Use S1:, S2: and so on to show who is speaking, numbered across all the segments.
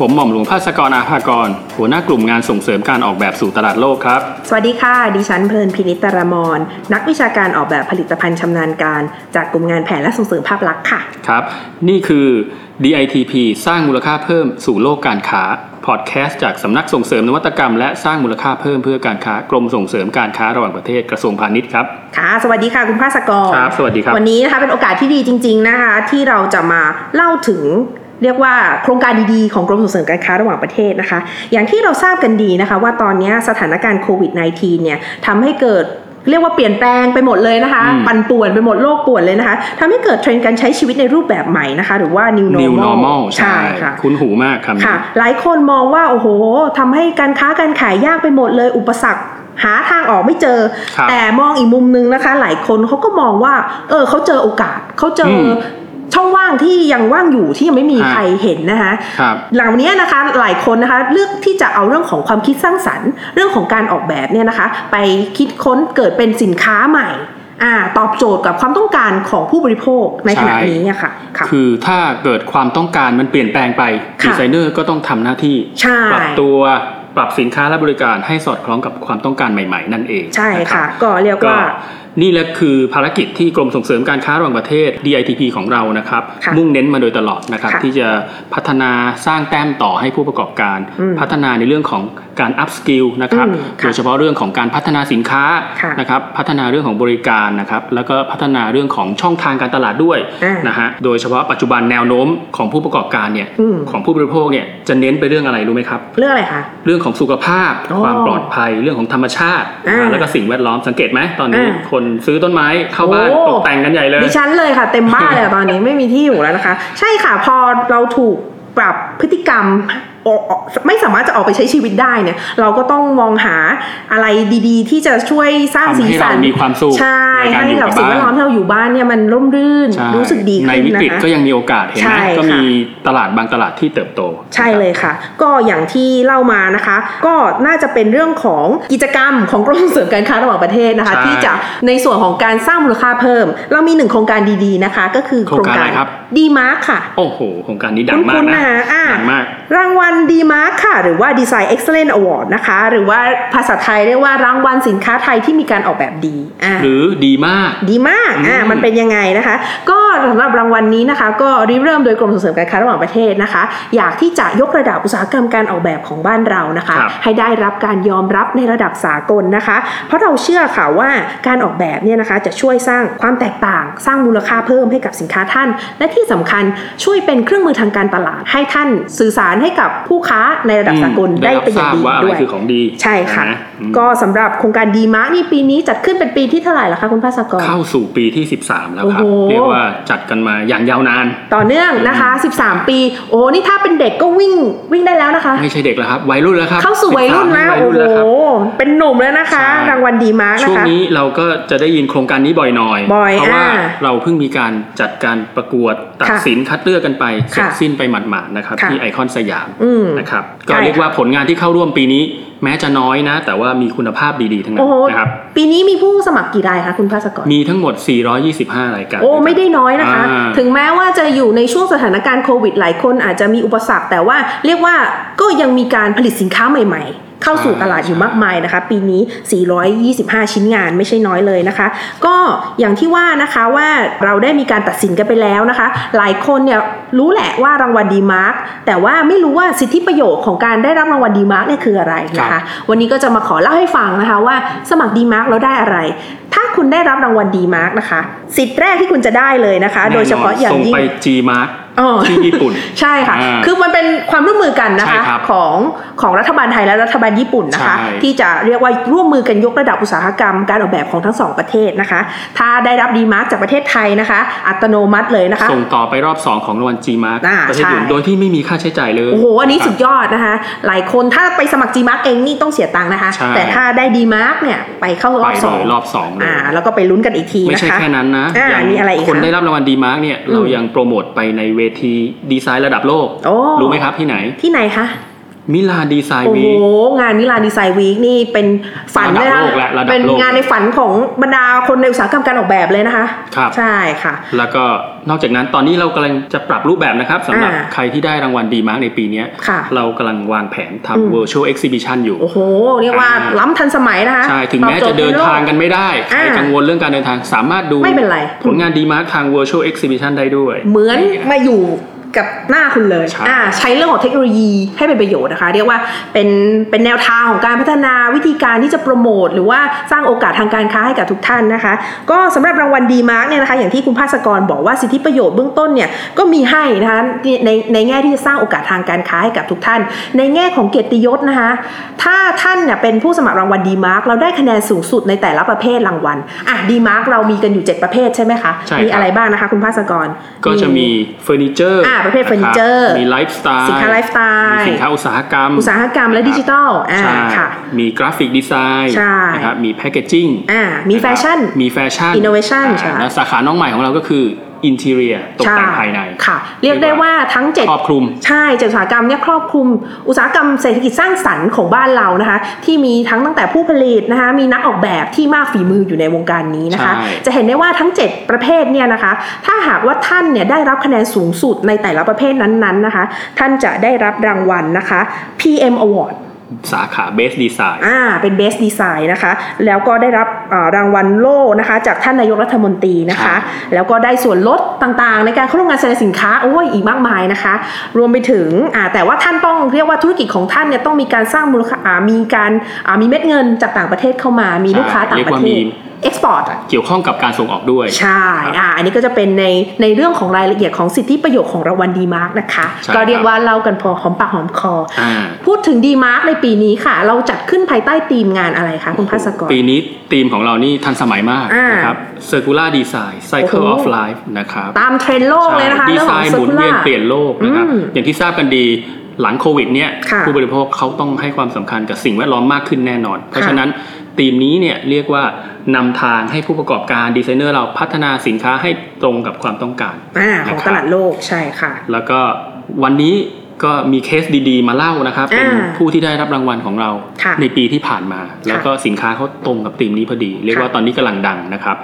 S1: ผมหม่อมหลวงภาสกรอาภากร หัวหน้ากลุ่มงานส่งเสริมการออกแบบสู่ตลาดโลกครับ
S2: สวัสดีค่ะ ดิฉันเพลินพินิจตรมร นักวิชาการออกแบบผลิตภัณฑ์ชำนาญการ จากกลุ่มงานแผนและส่งเสริมภาพลักษณ์ค่ะ
S1: ครับ นี่คือ DITP สร้างมูลค่าเพิ่มสู่โลกการค้า พอดแคสต์จากสำนักส่งเสริมนวัตกรรมและสร้างมูลค่าเพิ่มเพื่อการค้ากรมส่งเสริมการค้าระหว่างประเทศกระทรวงพาณิชย์ครับ
S2: ค่ะ สวัสดีค่ะคุณภาสกร
S1: ครับสวัสดีครับ
S2: วันนี้นะคะเป็นโอกาสที่ดีจริง ๆนะคะ ที่เราจะมาเล่าถึงเรียกว่าโครงการดีๆ ของกรมส่งเสริมการค้าระหว่างประเทศนะคะ อย่างที่เราทราบกันดีนะคะ ว่าตอนนี้สถานการณ์โควิด -19 เนี่ยทำให้เกิดเรียกว่าเปลี่ยนแปลงไปหมดเลยนะคะ
S1: อืม
S2: ปั่นป่วนไปหมดโลกป่วนเลยนะคะทำให้เกิดเทรนด์การใช้ชีวิตในรูปแบบใหม่นะคะ หรือว่า new normal,
S1: New Normal
S2: ใช่ค่ะ
S1: คุ้นหูมากคำนี้
S2: ค่ะหลายคนมองว่าโอ้โหทำให้การค้าการขายยากไปหมดเลย อุปสรรคหาทางออกไม่เจอ
S1: ครับ
S2: แต่มองอีกมุมนึงนะคะ หลายคนเขาก็มองว่า เออเขาเจอโอกาสเขาเจออ
S1: ม
S2: ช่องว่างที่ยังว่างอยู่ที่ยังไม่มี
S1: ฮะ
S2: ใครเห็นนะคะ
S1: ครับ
S2: เหล่านี้นะคะหลายคนนะคะเลือกที่จะเอาเรื่องของความคิดสร้างสรรค์ เรื่องของการออกแบบเนี่ยนะคะ ไปคิดค้นเกิดเป็นสินค้าใหม่อ่าตอบโจทย์กับความต้องการของผู้บริโภคในขณะ
S1: ใช่
S2: นี้อะค่ะค่ะ
S1: คือถ้าเกิดความต้องการมันเปลี่ยนแปลงไป
S2: ค่ะ
S1: ดีไซเนอร์ก็ต้องทำหน้าที่
S2: ใช่
S1: ปรับตัวปรับสินค้าและบริการให้สอดคล้องกับความต้องการใหม่ ๆ นั่นเอง
S2: ใช่
S1: นรับ
S2: ค่ะ ก็เรียก
S1: ก็
S2: ว่า
S1: นี่แหละคือภารกิจที่กรมส่งเสริมการค้าระหว่างประเทศ DITP ของเรานะครับ
S2: ค่ะ
S1: มุ่งเน้นมาโดยตลอดนะครับ
S2: ค่ะ
S1: ที่จะพัฒนาสร้างแต้มต่อให้ผู้ประกอบการ
S2: อืม
S1: พัฒนาในเรื่องของการ up skill นะครับ
S2: อืมค่ะ
S1: โดยเฉพาะเรื่องของการพัฒนาสินค้า
S2: ค่ะ
S1: นะครับพัฒนาเรื่องของบริการนะครับแล้วก็พัฒนาเรื่องของช่องทางการตลาดด้วย
S2: อ่าน
S1: นะฮะโดยเฉพาะปัจจุบันแนวโน้มของผู้ประกอบการเนี่ย
S2: อืม
S1: ของผู้บริโภคเนี่ยจะเน้นไปเรื่องอะไรรู้ไหมครับ
S2: เรื่องอะไรคะ
S1: เรื่องของสุขภาพ
S2: อ๋อ
S1: ความปลอดภัยเรื่องของธรรมชาติ
S2: อ่า
S1: แล้วก็สิ่งแวดล้อมสังเกตไหมตอนนี้
S2: อ่า
S1: คนซื้อต้นไม้เข้าบ้าน
S2: โอ้
S1: ตกแต่งกันใหญ่เลย
S2: ดิฉันเลยค่ะ เต็มบ้านเลยอะต อนนี้ ไม่มีที่อยู่แล้วนะคะ ใช่ค่ะพอเราถูกปรับพฤติกรรมออกออกไม่สามารถจะออกไปใช้ชีวิตได้เนี่ย เราก็ต้องมองหาอะไรดีๆ ที่จะช่วยสร้าง
S1: ทำให้
S2: สีสัน
S1: เรามีความสุข
S2: ใช่
S1: ในการ
S2: ให้
S1: อยู่กั
S2: กับบ สิ่ง
S1: บ้าน
S2: แวดล้อมที่เราอยู่บ้านเนี่ยมันร่มรื่น
S1: ใช่
S2: รู้สึกดี
S1: ใน
S2: ขึ้น
S1: วิกฤต
S2: นะคะ
S1: ก็ยังมีโอกาสเห็น
S2: ใช่
S1: ไหม
S2: ค่ะ
S1: ก็มีตลาดบางตลาดที่เติบโต
S2: ใช่เลยค่ะ ก็อย่างที่เล่ามานะคะ ก็น่าจะเป็นเรื่องของกิจกรรมของกรมส่งเสริมการค้าระหว่างประเทศนะคะ
S1: ใช่
S2: ที่จะในส่วนของการสร้างมูลค่าเพิ่ม เรามีหนึ่งโครงการดีๆนะคะ ก็คือโครงการดีมาร์ค่ะ
S1: โอ้โหโครงการนี้ดังมาก
S2: คุ้นๆ
S1: นะ
S2: นะคะอ่า
S1: ดังมาก
S2: รางวัลดีมาร์ค่ะ หรือว่า Design Excellence Award นะคะ หรือว่าภาษาไทยเรียกว่ารางวัลสินค้าไทยที่มีการออกแบบดีอ่า
S1: หรือดีมาก
S2: ดีมาก อ่า
S1: อืม
S2: มันเป็นยังไงนะคะ ก็สำหรับรางวัลนี้นะคะ ก็ริเริ่มโดยกรมส่งเสริมการค้าระหว่างประเทศนะคะ อยากที่จะยกระดับอุตสาหกรรมการออกแบบของบ้านเรานะคะ
S1: ครับ
S2: ให้ได้รับการยอมรับในระดับสากลนะคะ เพราะเราเชื่อค่ะว่าการออกแบบเนี่ยนะคะ จะช่วยสร้างความแตกต่าง สร้างมูลค่าเพิ่มให้กับสินค้าท่าน และที่สำคัญช่วยเป็นเครื่องมือทางการตลาด ให้ท่านสื่อสารให้กับผู้ค้าในระดับ
S1: อืม
S2: สากล
S1: ได้
S2: ได้
S1: รับ
S2: เป็นอย่าง
S1: ท
S2: ดี
S1: ราบว่าอะไร
S2: ด้วย
S1: คือของดี
S2: ใช่ค่ะ
S1: นะอืม
S2: ก็สำหรับโครงการดีมาร์นี่ปีนี้จัดขึ้นเป็นปีที่เท่าไหร่ละคะคุณภาสกร
S1: เข้าสู่ปีที่ 13 แล้วครับ
S2: โอ้โห
S1: เรียกว่าจัดกันมาอย่างยาวนาน
S2: ต่อเนื่องนะคะ 13 ปี โอ้ นี่ถ้าเป็นเด็กก็วิ่งวิ่งได้แล้วนะคะ
S1: ไม่ใช่เด็กแล้วครับวัยรุ่นแล้วครับ
S2: เข้าสู่วัยรุ่นแล้ว
S1: 13วัย
S2: โอ้
S1: รุ่นแล้ว
S2: โห
S1: ครับ
S2: เป็นหนุ่มแล้วนะคะ
S1: ใช่
S2: รางวัลดีมากนะ
S1: ช่วง
S2: คะ
S1: นี้เราก็จะได้ยินโครงการนี้บ่อยหน่อย
S2: บ่อย
S1: เพราะว่า
S2: อ่า
S1: เราเพิ่งมีการจัดการประกวดตัด
S2: ค่ะ
S1: สินคัดเลือกกันไปเสร็จ
S2: ค่ะ
S1: สิ้นไปหมาดๆนะครับ
S2: ค่ะ
S1: ที่ไอคอนสยาม
S2: อืม
S1: นะครับก็
S2: ใช่
S1: เรียกว่าผลงานที่เข้าร่วมปีนี้ แม้จะน้อยนะ แต่ว่ามีคุณภาพดีๆ ทั้งนั้
S2: โอ้
S1: น
S2: โห
S1: นะครับ
S2: ปีนี้มีผู้สมัครกี่รายคะคุณภาสกร
S1: มีทั้งหมด 425 รายการ
S2: โอ้ ไม่ได้น้อยนะคะ
S1: อ่า
S2: ถึงแม้ว่าจะอยู่ในช่วงสถานการณ์โควิดหลายคนอาจจะมีอุปสรรค แต่ว่าเรียกว่าก็ยังมีการผลิตสินค้าใหม่ ๆ เข้าสู่
S1: ใช่
S2: ตลาดอยู่มากมายนะคะ ปีนี้ 425 ชิ้นงานไม่ใช่น้อยเลยนะคะ ก็อย่างที่ว่านะคะว่าเราได้มีการตัดสินกันไปแล้วนะคะ หลายคนเนี่ยรู้แหละว่ารางวัลดีมาร์กแต่ว่าไม่รู้ว่าสิทธิประโยชน์ของการได้รับรางวัลดีมาร์กเนี่ยคืออะไรนะ
S1: ครั
S2: คะ
S1: บ
S2: วันนี้ก็จะมาขอเล่าให้ฟังนะคะว่าสมัครดีมาร์กแล้วได้อะไร ถ้าคุณได้รับรางวัลดีมาร์กนะคะ สิทธิ์แรกที่คุณจะได้เลยนะคะ
S1: แน่นอน
S2: โดยเฉพาะอย่าง
S1: ส่ง
S2: ยิ่ง
S1: ไป G Mark
S2: อ๋อ
S1: ที่ญี่ปุ่น
S2: ใช่ค่ะ
S1: อ่า
S2: คือมันเป็นความร่วมมือกันนะคะ
S1: ใช่ครับ
S2: ของของรัฐบาลไทยและรัฐบาลญี่ปุ่นนะคะ
S1: ใช่
S2: ที่จะเรียกว่าร่วมมือกันยกระดับอุตสาหกรรมการออกแบบของทั้งสองประเทศนะคะ ถ้าได้รับดีมาร์กจากประเทศไทยนะคะ อัตโนมัติเลยนะคะ
S1: ส่งต่อไปรอบ 2 ของรางวัล G Mark
S2: อ่า
S1: ประเทศ
S2: ใช่
S1: ญี่ปุ่นโดยที่ไม่มีค่าใช้จ่ายเลย
S2: โอ้โห อันนี้สุดยอดนะคะ หลายคนถ้าไปสมัคร GMARK เองนี่ต้องเสียตังค์นะคะ
S1: ใช่
S2: แต่ถ้าได้ DMARK เนี่ยไปเข้าร
S1: ไป
S2: อบ
S1: เล
S2: สอง
S1: ยรอบสองเลย
S2: อ่า แล้วก็ไปลุ้นกันอีกที
S1: ไม่
S2: นะคะ
S1: ใช่แค่นั้นนะ
S2: อ่ามีอะไรอีก
S1: คน
S2: คะ
S1: ได้รับรางวัลดีมาร์กเนี่ย
S2: อืม
S1: เรายังโปรโมทไปในเวทีดีไซน์ระดับโลก
S2: โอ้
S1: รู้ไหมครับที่ไหน
S2: ที่ไหนคะ
S1: มิลานดีไซน์
S2: โอ้
S1: วี
S2: โห งานมิลานดีไซน์วีคนี่เป็นฝัน
S1: ระดับ
S2: เลยนะ
S1: โลกและระดับโลก
S2: เป็นงานในฝันของบรรดาคนในอุตสาหกรรมการออกแบบเลยนะคะ
S1: ครับ
S2: ใช่ค่ะ
S1: แล้วก็นอกจากนั้นตอนนี้เรากำลังจะปรับรูปแบบนะครับสำหรับ
S2: อ่า
S1: ใครที่ได้รางวัลดีมาร์กในปีเนี้ย
S2: ค่ะ
S1: เรากำลังวางแผน
S2: อืม
S1: ทำ virtual exhibition อยู่
S2: โอ้โห เรียกว่า
S1: อ่า
S2: ล้ำทันสมัยนะคะ
S1: ใช่ ถึงแม้
S2: ตอบโ
S1: จะเดิน
S2: โล
S1: ทางกันไม่ได้ใคร
S2: อ่า
S1: กังวลเรื่องการเดินทางสามารถดู
S2: ไม่เป็นไร
S1: ผลงานดีมาร์กทาง virtual exhibition ได้ด้วย
S2: เหมือนมาอยู่กับหน้าคุณเลย
S1: ใช่
S2: อ่าใช้เรื่องของเทคโนโลยีให้เป็นประโยชน์นะคะ เรียกว่าเป็นเป็นแนวทางของการพัฒนาวิธีการที่จะโปรโมท หรือว่าสร้างโอกาสทางการค้าให้กับทุกท่านนะคะ ก็สำหรับรางวัลดีมาร์กเนี่ยนะคะ อย่างที่คุณภาสกรบอกว่าสิทธิประโยชน์เบื้องต้นเนี่ยก็มีให้นะคะในในแง่ที่จะสร้างโอกาสทางการค้าให้กับทุกท่าน ในแง่ของเกียรติยศนะคะ ถ้าท่านเนี่ยเป็นผู้สมัครรางวัลดีมาร์กเราได้คะแนนสูงสุดในแต่ละประเภทรางวัลอ่ะดีมาร์กเรามีกันอยู่เจ็ดประเภทใช่ไหมคะ
S1: ใช่ครับ
S2: มีอะไรบ้างนะคะ คุณภาสกร
S1: ก็จะมีเฟอร์นิเจอร์
S2: อ่าประเภทเฟอร์นิเจอร์
S1: มีไลฟ์สไตล์
S2: สินค้าไลฟ์สไต
S1: มี
S2: ล์
S1: สินค้าอุตสาหกรรม
S2: อุตสาหกรรมและดิจิทัลอ่า
S1: ใช่
S2: ค่ะ
S1: มีกราฟิกดีไซน์
S2: ใช่
S1: นะครับ มีแพ c เกจจิ้ง
S2: อ่ามีแฟชั่น
S1: มีแฟชั่น
S2: Innovation
S1: อ่า
S2: ใช่
S1: และสาขาน้องใหม่ของเราก็คืออินเท i รียตกแต่งภายใน
S2: ค่ะ เรียกได้ว่าทั้งเจ็ด
S1: ครอบคลุม
S2: ใช่เจ็ดอุตสาหกรรมเนี่ยครอบคลุมอุตสาหกรรมเศรษฐกิจสร้างสรรค์ของบ้านเรานะคะ ที่มีทั้งตั้งแต่ผู้ผลิตนะคะ มีนักออกแบบที่มากฝีมืออยู่ในวงการนี้นะคะ
S1: ใช่
S2: จะเห็นได้ว่าทั้ง 7 ประเภทเนี่ยนะคะ ถ้าหากว่าท่านเนี่ยได้รับคะแนนสูงสุดในแต่ละประเภทนั้นๆนะคะ ท่านจะได้รับรางวัลนะคะ PM Award
S1: สาขาเบสดีไซน์
S2: อ่า เป็น Best Design นะคะ แล้วก็ได้รับเอ่อรางวัลโล่นะคะ จากท่านนายกรัฐมนตรีนะคะ แล้วก็ได้ส่วนลดต่างๆ ในการเข้าร่วมงานแสดงสินค้า โอ้ย อีกมากมายนะคะ รวมไปถึง อ่า แต่ว่าท่านต้องเรียกว่าธุรกิจของท่านเนี่ยต้องมีการสร้างมูลค่าอ่ามีการ อ่า มีเม็ดเงินจากต่างประเทศเข้ามา มีลูกค้าต่างประเทศ export อะ
S1: เกี่ยวข้องกับการส่งออกด้วย
S2: ใช่ อ่า อันนี้ก็จะเป็นในในเรื่องของรายละเอียดของสิทธิประโยชน์ของรางวัลดีมาร์กนะคะ
S1: ใช่
S2: ก็เรียก
S1: ครับ
S2: ว่าเล่ากันพอหอมปากหอมคอ
S1: า
S2: พูดถึงดีมาร์กในปีนี้ค่ะ เราจัดขึ้นภายใต้ธีมงานอะไรคะคุณภาสกร
S1: ปีนี้ธีมของเรานี่ทันสมัยมาก
S2: อ่าน
S1: นะครับ Circular Design
S2: โอ้
S1: Cycle
S2: โห
S1: of Life นะครับ
S2: ตามเทรนด์โลกเลยนะคะ
S1: ดี
S2: เรื่อง
S1: ไซ
S2: ของ
S1: น์ห
S2: เซอ
S1: มุ
S2: ร์
S1: น
S2: คูลา
S1: เวียนเปลี่ยนโลกนะครับ
S2: อืม
S1: อย่างที่ทราบกันดีหลังโควิดเนี่ย
S2: ค่ะ
S1: ผู้บริโภคเขาต้องให้ความสำคัญกับสิ่งแวดล้อมมากขึ้นแน่นอน เพราะ
S2: ค่ะ
S1: ฉะนั้นธีมนี้เนี่ยเรียกว่านำทางให้ผู้ประกอบการดีไซเนอร์เราพัฒนาสินค้าให้ตรงกับความต้องการ
S2: อ่าของตลาดโลกใช่ค่ะ
S1: แล้วก็วันนี้ก็มีเคสดีๆ มาเล่านะครับ
S2: อ่า
S1: เป็นผู้ที่ได้รับรางวัลของเรา
S2: ค่ะ
S1: ในปีที่ผ่านมา แล้วก็สินค้าเขาตรงกับธีมนี้พอดี เรียกว่า
S2: ค่ะ
S1: ตอนนี้กำลังดังนะครับ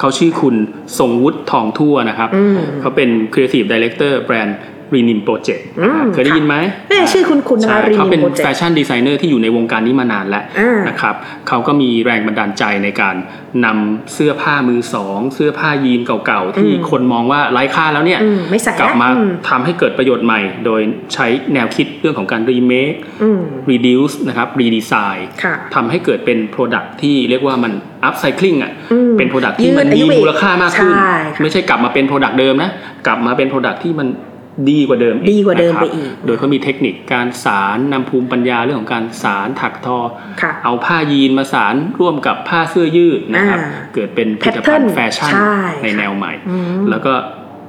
S1: เขาชื่อคุณทรงวุฒิทองทั่วนะครับ
S2: อืม
S1: เขาเป็น Creative Director แบรนด์ r e n i m Project
S2: อืม
S1: นะครับเคยได้ยินไหม
S2: เอ๊ะชื่อคุ้นๆนะคะ
S1: ใช่
S2: Renim
S1: เขาเป็น
S2: Project
S1: แฟชั่นดีไซเนอร์ที่อยู่ในวงการนี้มานานแล้ว
S2: อ่า
S1: นะครับเขาก็มีแรงบันดาลใจในการนำเสื้อผ้ามือสอง เสื้อผ้ายีนเก่าๆ ที่
S2: อืม
S1: คนมองว่าไร้ค่าแล้วเนี่ย
S2: อืมไม่ใส่
S1: กลับมา
S2: แล้วอืม
S1: ทำให้เกิดประโยชน์ใหม่ โดยใช้แนวคิดเรื่องของการ remake
S2: อืม
S1: reduce นะครับ redesign
S2: ค่ะ
S1: ทำให้เกิดเป็น Product ที่เรียกว่ามัน upcycling อ่ะ
S2: อืม
S1: เป็น Product ที่มัน
S2: ยืดอายุ
S1: มี
S2: ไปอีก
S1: มูลค่ามากขึ้น
S2: ใช่ค่ะ
S1: ไม่ใช่กลับมาเป็น Product เดิมนะ กลับมาเป็น Product ที่มันดีกว่าเดิมอี
S2: ดีกว่าเดิม
S1: นะครับ
S2: ไปอีก
S1: โดยเขามีเทคนิคการสารนำภูมิปัญญาเรื่องของการสารถักทอ
S2: ค่ะ
S1: เอาผ้ายีนมาสารร่วมกับผ้าเสื้อยืดนะครับ
S2: อ่า
S1: เกิดเป็นผลิตภัณ
S2: Pattern
S1: ฑ์แฟชั่น
S2: ใช่
S1: ในแนวใหม่
S2: อืม
S1: แล้วก็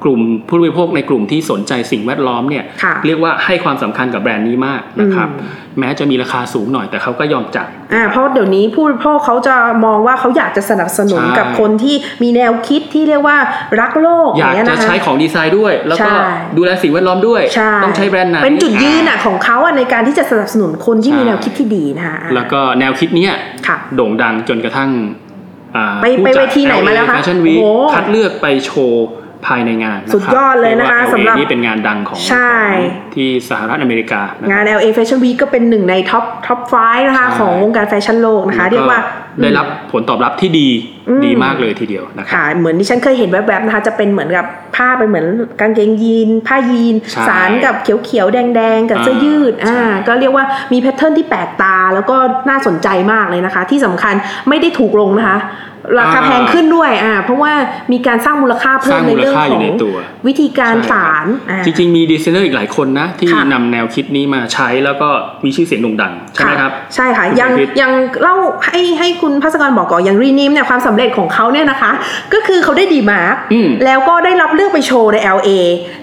S1: กลุ่มผู้บริโภคในกลุ่มที่สนใจสิ่งแวดล้อมเนี่ย
S2: ค่ะ
S1: เรียกว่าให้ความสำคัญกับแบรนด์นี้มากนะครับ
S2: อืม
S1: แม้จะมีราคาสูงหน่อยแต่เขาก็ยอมจ่าย
S2: อ่าเพราะเดี๋ยวนี้ผู้บริโภคเขาจะมองว่าเขาอยากจะสนับสนุน
S1: ใช่
S2: กับคนที่มีแนวคิดที่เรียกว่ารักโลก
S1: อยาก
S2: งเงี้
S1: จะ
S2: นค
S1: ใช้ของดีไซน์ด้วย แล้วก็
S2: ใช่
S1: ดูแลสิ่งแวดล้อมด้วย
S2: ใช่
S1: ต้องใช้แบรนด์ไหน
S2: เป็นจุดยืนอ่ะของเขาอ่ะในการที่จะสนับสนุนคนที่มี
S1: ใช่
S2: แนวคิดที่ดีนะคะอ่า
S1: แล้วก็แนวคิดเนี้ย
S2: ค่ะ
S1: โด่งดังจนกระทั่งอ่า
S2: ไป
S1: ผู้
S2: ไป
S1: จัด
S2: เวทีไหนมาแล้วคะ
S1: LA Fashion Week
S2: โอ้โห
S1: คัดเลือกไปโชว์ภายในงานนะครับ
S2: สุดยอดเลยนะคะ
S1: รีกว่า
S2: สำหรับ
S1: LA นี่เป็นงานดังของ
S2: ใช่
S1: ของที่สหรัฐอเมริกานะ
S2: งาน LA Fashion Week ก็เป็นหนึ่งในท็อปท็อป5นะคะ ของวงการแฟชั่นโลกนะคะ
S1: แล้
S2: เรียกว่า
S1: ได้รับผลตอบรับที่ดี
S2: อืม
S1: ดีมากเลยทีเดียวนะครับ
S2: ค่ะ เหมือนที่ฉันเคยเห็นแวบๆนะคะ จะเป็นเหมือนกับผ้าเป็นเหมือนกางเกงยีน ผ้ายีน
S1: ใช่
S2: สารกับเขียวๆ แดงๆ กับเสื้อยืด
S1: อ่า
S2: อ่า
S1: ใช่
S2: ก็เรียกว่ามีแพทเทิร์นที่แปลกตาแล้วก็น่าสนใจมากเลยนะคะ ที่สำคัญไม่ได้ถูกลงนะคะ ราคา
S1: อ่า
S2: แพงขึ้นด้วยอ่าเพราะว่ามีการสร้างมูลค่า
S1: ส
S2: เพิ่
S1: ร้าม ง
S2: ใน
S1: มูล
S2: เรื่อง
S1: ค่าอ
S2: ขอยู่ ง
S1: ในตัว
S2: วิธีการ
S1: ใช่ครับ
S2: สารอ่า
S1: จริง ๆ มีดีไซเนอร์อีกหลายคนนะ ที่
S2: ค่ะ
S1: นำแนวคิดนี้มาใช้แล้วก็มีชื่อเสียงโด่งดัง ใช่ไหมครับ
S2: ใช่ค่ะ
S1: คุณ
S2: ยัง
S1: สมคิด
S2: ยังเล่าให้ให้คุณพัศกรบอกก่อนอย่างรีนิมเนี่ยความสำเร็จของเขาเนี่ยนะคะ ก็คือเขาได้ดีมาร์ก
S1: อืม
S2: แล้วก็ได้รับเลือกไปโชว์ใน LA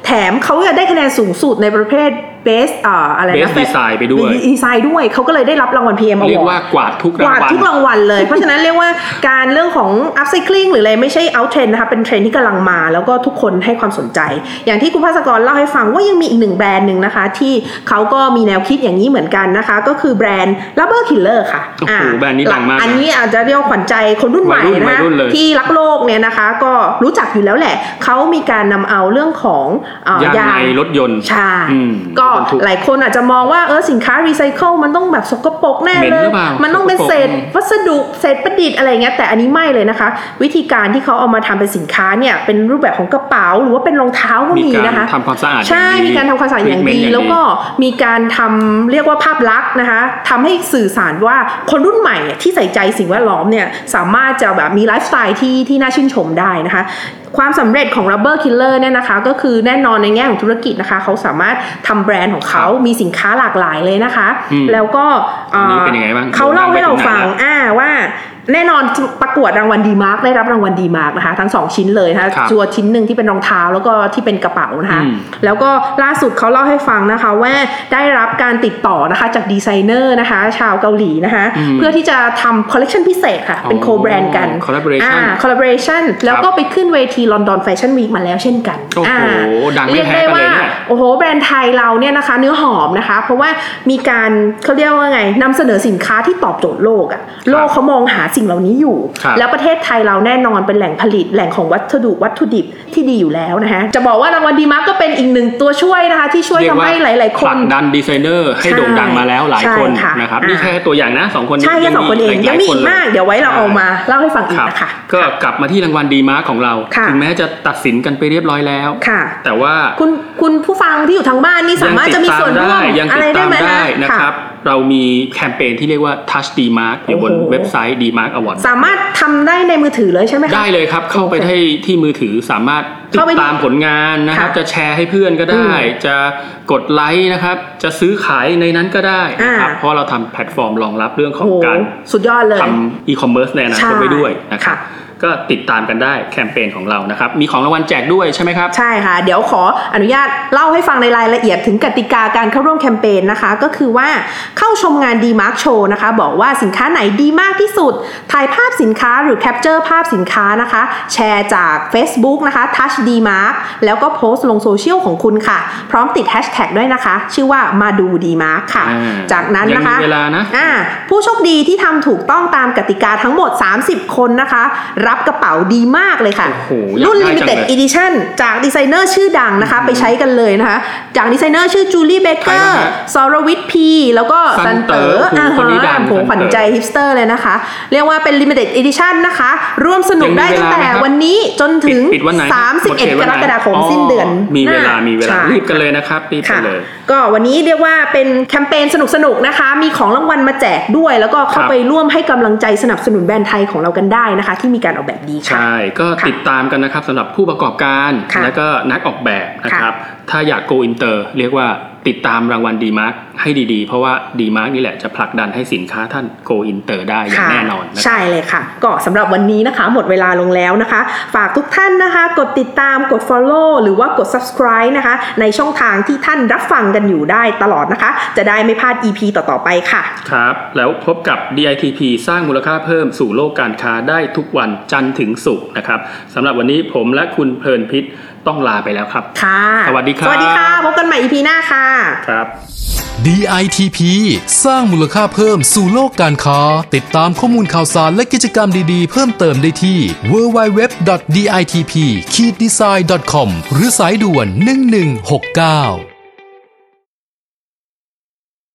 S2: แถมเขายังได้คะแนนสูงสุดในประเภท best เอ่ออะไรนะ
S1: Best Design ไปด้วย
S2: ดีไซน์ด้วยเขาก็เลยได้รับรางวัล PM Award
S1: เรียกว่ากวาดทุก
S2: ก
S1: ราง
S2: วาด
S1: วัล
S2: ทุกรางวัลเลย เพราะฉะนั้นเรียกว่าการเรื่องของ upcycling หรืออะไรไม่ใช่ out trend นะคะ เป็นเทรนด์ที่กำลังมา แล้วก็ทุกคนให้ความสนใจ อย่างที่คุณภาสกรเล่าให้ฟังว่ายังมีอีกหนึ่งแบรนด์หนึ่งนะคะ ที่เขาก็มีแนวคิดอย่างนี้เหมือนกันนะคะ ก็คือแบรนด์ rubber killer ค่ะ
S1: โอ้โหแบรนด์นี้ดังมาก
S2: อันนี้อาจจะเรียกว่าขวัญใจคนรุ่นใหม่
S1: วัยรุ่นวั
S2: นะ
S1: ยรุ่นเลย
S2: ที่รักโลกเนี่ยนะคะ ก็รู้จักอยู่แล้วแหละเขามีการนำเอาเรื่องของเอ่อย
S1: างในรถยนต์
S2: ใช่
S1: อืม
S2: ก็
S1: รถบรรทุก
S2: หลายคนอาจจะมองว่าเออสินค้ารีไซเคิลมันต้องแบบสกปรกแน่
S1: เหม็นห
S2: เล
S1: รื
S2: ย
S1: อเปล่า
S2: มันต้องเป็น
S1: สกปรก
S2: เศษ วัสดุเศษประดิษฐ์อะไรเงี้ยแต่อันนี้ไม่เลยนะคะ วิธีการที่เขาเอามาทำเป็นสินค้าเนี่ยเป็นรูปแบบของกระเป๋า หรือว่าเป็นรองเท้าก็
S1: มี
S2: มี
S1: การ
S2: นะคะ
S1: ทำความสะอาด
S2: ใช่
S1: อย่งดี
S2: มีการทำความสะอาดอย่าง
S1: treatment
S2: ดี แล้วก็มีการทำเรียกว่าภาพลักษณ์นะคะทำให้สื่อสารว่าคนรุ่นใหม่อะที่ใส่ใจสิ่งแวดล้อมเนี่ยสามารถจะแบบมีไลฟ์สไตล์ที่ที่น่าชื่นชมได้นะคะ ความสำเร็จของ Rubber Killer เนี่ยนะคะ ก็คือแน่นอนในแง่ของธุรกิจนะคะ เขาสามารถทำแบรนด์ของเขา มีสินค้าหลากหลายเลยนะคะ
S1: อืม
S2: แล้วก็
S1: อันนี้เป็นยังไงบ้าง
S2: เขาเล่าให้เราฟัง
S1: โด่งดังไปถึงไหนละ
S2: อ่าว่าแน่นอนประกวดรางวัลดีมาร์กได้รับรางวัลดีมาร์กนะคะ ทั้งสองชิ้นเลยนะคะ
S1: ครับ
S2: ตัวชิ้นหนึ่งที่เป็นรองเท้าแล้วก็ที่เป็นกระเป๋านะคะ
S1: อืม
S2: แล้วก็ล่าสุดเขาเล่าให้ฟังนะคะว่าได้รับการติดต่อนะคะจากดีไซเนอร์นะคะ ชาวเกาหลีนะคะ
S1: อืม
S2: เพื่อที่จะทำคอลเลกชันพิเศษค่ะ เป็น
S1: อ๋อ
S2: โคแบรนด์กัน
S1: collaboration
S2: อ่าคอลลาเบเรชันแล้วก็ไปขึ้นเวทีลอนดอนแฟชั่นวีคมาแล้วเช่นกัน
S1: โอ้โห
S2: า
S1: ดังไม่
S2: เรียก
S1: แพ้
S2: ได้
S1: กันเลย
S2: ว่า
S1: เนี่ย
S2: โอ้โห แบรนด์ไทยเราเนี่ยนะคะ เนื้อหอมนะคะ เพราะว่ามีการเขาเรียกว่าไงนำเสนอสินค้าที่ตอบโจทย์โลกอะโลกเขามองหาสิ่งเหล่านี้อยู่
S1: ครับ
S2: แล้วประเทศไทยเราแน่นอนเป็นแหล่งผลิตแหล่งของวัตถุวัตถุดิบที่ดีอยู่แล้วนะคะ จะบอกว่ารางวัลดีมาร์กก็เป็นอีกหนึ่งตัวช่วยนะคะ ที่ช่วย
S1: เรี
S2: ทำ
S1: กว่า
S2: ให้หลาย ๆ ค
S1: ผลัก
S2: น
S1: ดันดีไซเนอร์ให้โด่งดังมาแล้วหลายคน
S2: ใช่ค่ะ
S1: นะครับ
S2: อ่านี่
S1: นี่แค่ตัวอย่างนะสองคนนี้
S2: ใช่แค่สองคนเอง
S1: ห
S2: ยั
S1: ลาง ๆ
S2: มี
S1: ค
S2: อี
S1: นล
S2: กมากเดี๋ยวไว้เราเอามาเล่าให้ฟังอี
S1: ค
S2: ก
S1: รับ
S2: นะคะ
S1: ก็กลับมาที่รางวัลดีมาร์ของเรา
S2: ค่ะ
S1: ถึงแม้จะตัดสินกันไปเรียบร้อยแล้ว
S2: ค่ะ
S1: แต่ว่า
S2: คุณคุณผู้ฟังที่อยู่ทางบ้านนี่สามารถจะมีส่วนร่วม
S1: ยัง
S2: อะ
S1: ติ
S2: ไร
S1: ด
S2: ได้
S1: ตาม
S2: ไหม
S1: ได้นะครับ เรามีแคมเปญที่เรียกว่า Touch D Mark อยู่บน
S2: โอ้โห
S1: เว็บไซต์ D Mark Award
S2: สามารถทำได้ในมือถือเลยใช่ไหมคะ
S1: ได้เลยครับ เข้าไปที่ที่มือถือสามารถติ
S2: เข้า
S1: ด
S2: ไปดู
S1: ตามผลงานนะครับ
S2: ค่ะ
S1: จะแชร์ให้เพื่อนก็ได้
S2: อืม
S1: จะกดไลค์นะครับ จะซื้อขายในนั้นก็ได้นะครับ
S2: อ่า
S1: เพราะเราทำแพลตฟอร์มรองรับเรื่องของ
S2: โโห
S1: การ
S2: สุดยอดเลย
S1: ทำอีคอมเมิร์ซในอนาค
S2: ใช่
S1: ตไว้ด้วยนะครับ
S2: ค่ะ
S1: ก็ติดตามกันได้แคมเปญของเรานะครับ มีของรางวัลแจกด้วยใช่ไหมครับ
S2: ใช่ค่ะ เดี๋ยวขออนุญาตเล่าให้ฟังในรายละเอียดถึงกติกาการเข้าร่วมแคมเปญนะคะ ก็คือว่าเข้าชมงานดีมาร์กโชว์นะคะ บอกว่าสินค้าไหนดีมากที่สุด ถ่ายภาพสินค้าหรือแคปเจอร์ภาพสินค้านะคะ แชร์จาก Facebook นะคะ Touch D Mark แล้วก็โพสต์ลงโซเชียลของคุณค่ะ พร้อมติดแฮชแท็กด้วยนะคะ ชื่อว่ามาดูดีมาร์กค่ะ
S1: อ่า
S2: จากนั้นนะคะ
S1: ยังมีเวลานะ
S2: อ่าผู้โชคดีที่ทำถูกต้องตามกติกาทั้งหมด 30 คนนะคะ รับกระเป๋าดีมากเลยค่ะ
S1: โอ้โหอยาก
S2: รุ่น
S1: ได้จัง
S2: Limited
S1: เลย
S2: Edition จากดีไซเนอร์ชื่อดังนะคะ ไปใช้กันเลยนะคะ จากดีไซเนอร์ชื่อจูลี่เบเกอ
S1: ใค
S2: ร์
S1: รบ้างฮะ
S2: ซอรวิทพีแล้วก็
S1: ซั
S2: ซัน
S1: น
S2: เต
S1: เต๋อ
S2: อร์
S1: โอ้โหคนนี้ดัง
S2: โอ้โห
S1: ซันเต๋อ
S2: ขวัญใจฮิปสเตอร์เลยนะคะ เรียกว่าเป็น Limited Edition นะคะ ร่วมสนุกได้
S1: ยังมีเว
S2: ตั้
S1: ลาไหม
S2: งแต่
S1: ครับ
S2: วันนี้จนถึง
S1: ปิดวันไหนครับหมดขต
S2: 31 ก
S1: วัน
S2: ร
S1: ไหน
S2: กฎาคมสิ้นเดือน
S1: มีเว
S2: ห
S1: ลา
S2: น้
S1: มีเวลา
S2: ใช่
S1: รีบกันเลยนะครับรีบกั
S2: ค่ะ
S1: นเลย
S2: ก็วันนี้เรียกว่าเป็นแคมเปญสนุกๆนะคะ มีของรางวัลมาแจกด้วย แล้วก็เข้า
S1: ครับ
S2: ไปร่วมให้กำลังใจสนับสนุนแบรนด์ไทยของเรากันได้นะคะ ที่มีการออกแบบดีค่ะ
S1: ใช่ก็ติดตามกันนะครับสำหรับผู้ประกอบการ
S2: ค่ะ
S1: และก็นักออกแบบนะครับ ถ้าอยากโกอินเตอร์เรียกว่าติดตามรางวัลดีมาร์กให้ดีๆ เพราะว่าดีมาร์กนี่แหละจะผลักดันให้สินค้าท่านโกอินเตอร์ได้อย่าง
S2: ค่ะ
S1: แน่นอนนะครับ
S2: ใช่เลยค่ะ ก็สำหรับวันนี้นะคะ หมดเวลาลงแล้วนะคะ ฝากทุกท่านนะคะ กดติดตามกด follow หรือว่ากด subscribe นะคะ ในช่องทางที่ท่านรับฟังกันอยู่ได้ตลอดนะคะ จะได้ไม่พลาด EP ต่อๆไปค่ะ
S1: ครับ แล้วพบกับ DITP สร้างมูลค่าเพิ่มสู่โลกการค้าได้ทุกวันจันทร์ถึงศุกร์นะครับสำหรับวันนี้ผมและคุณเพลินพิษต้องลาไปแล้วครับ
S2: ค่ะ
S1: สวัสดีครับ
S2: สวัสดีค่ะพบกันใหม่ EP หน้าค่ะ
S1: ครับ
S3: DITP สร้างมูลค่าเพิ่มสู่โลกการค้า ติดตามข้อมูลข่าวสารและกิจกรรมดีๆ เพิ่มเติมได้ที่ www.ditp-design.com หรือสายด่วน 1169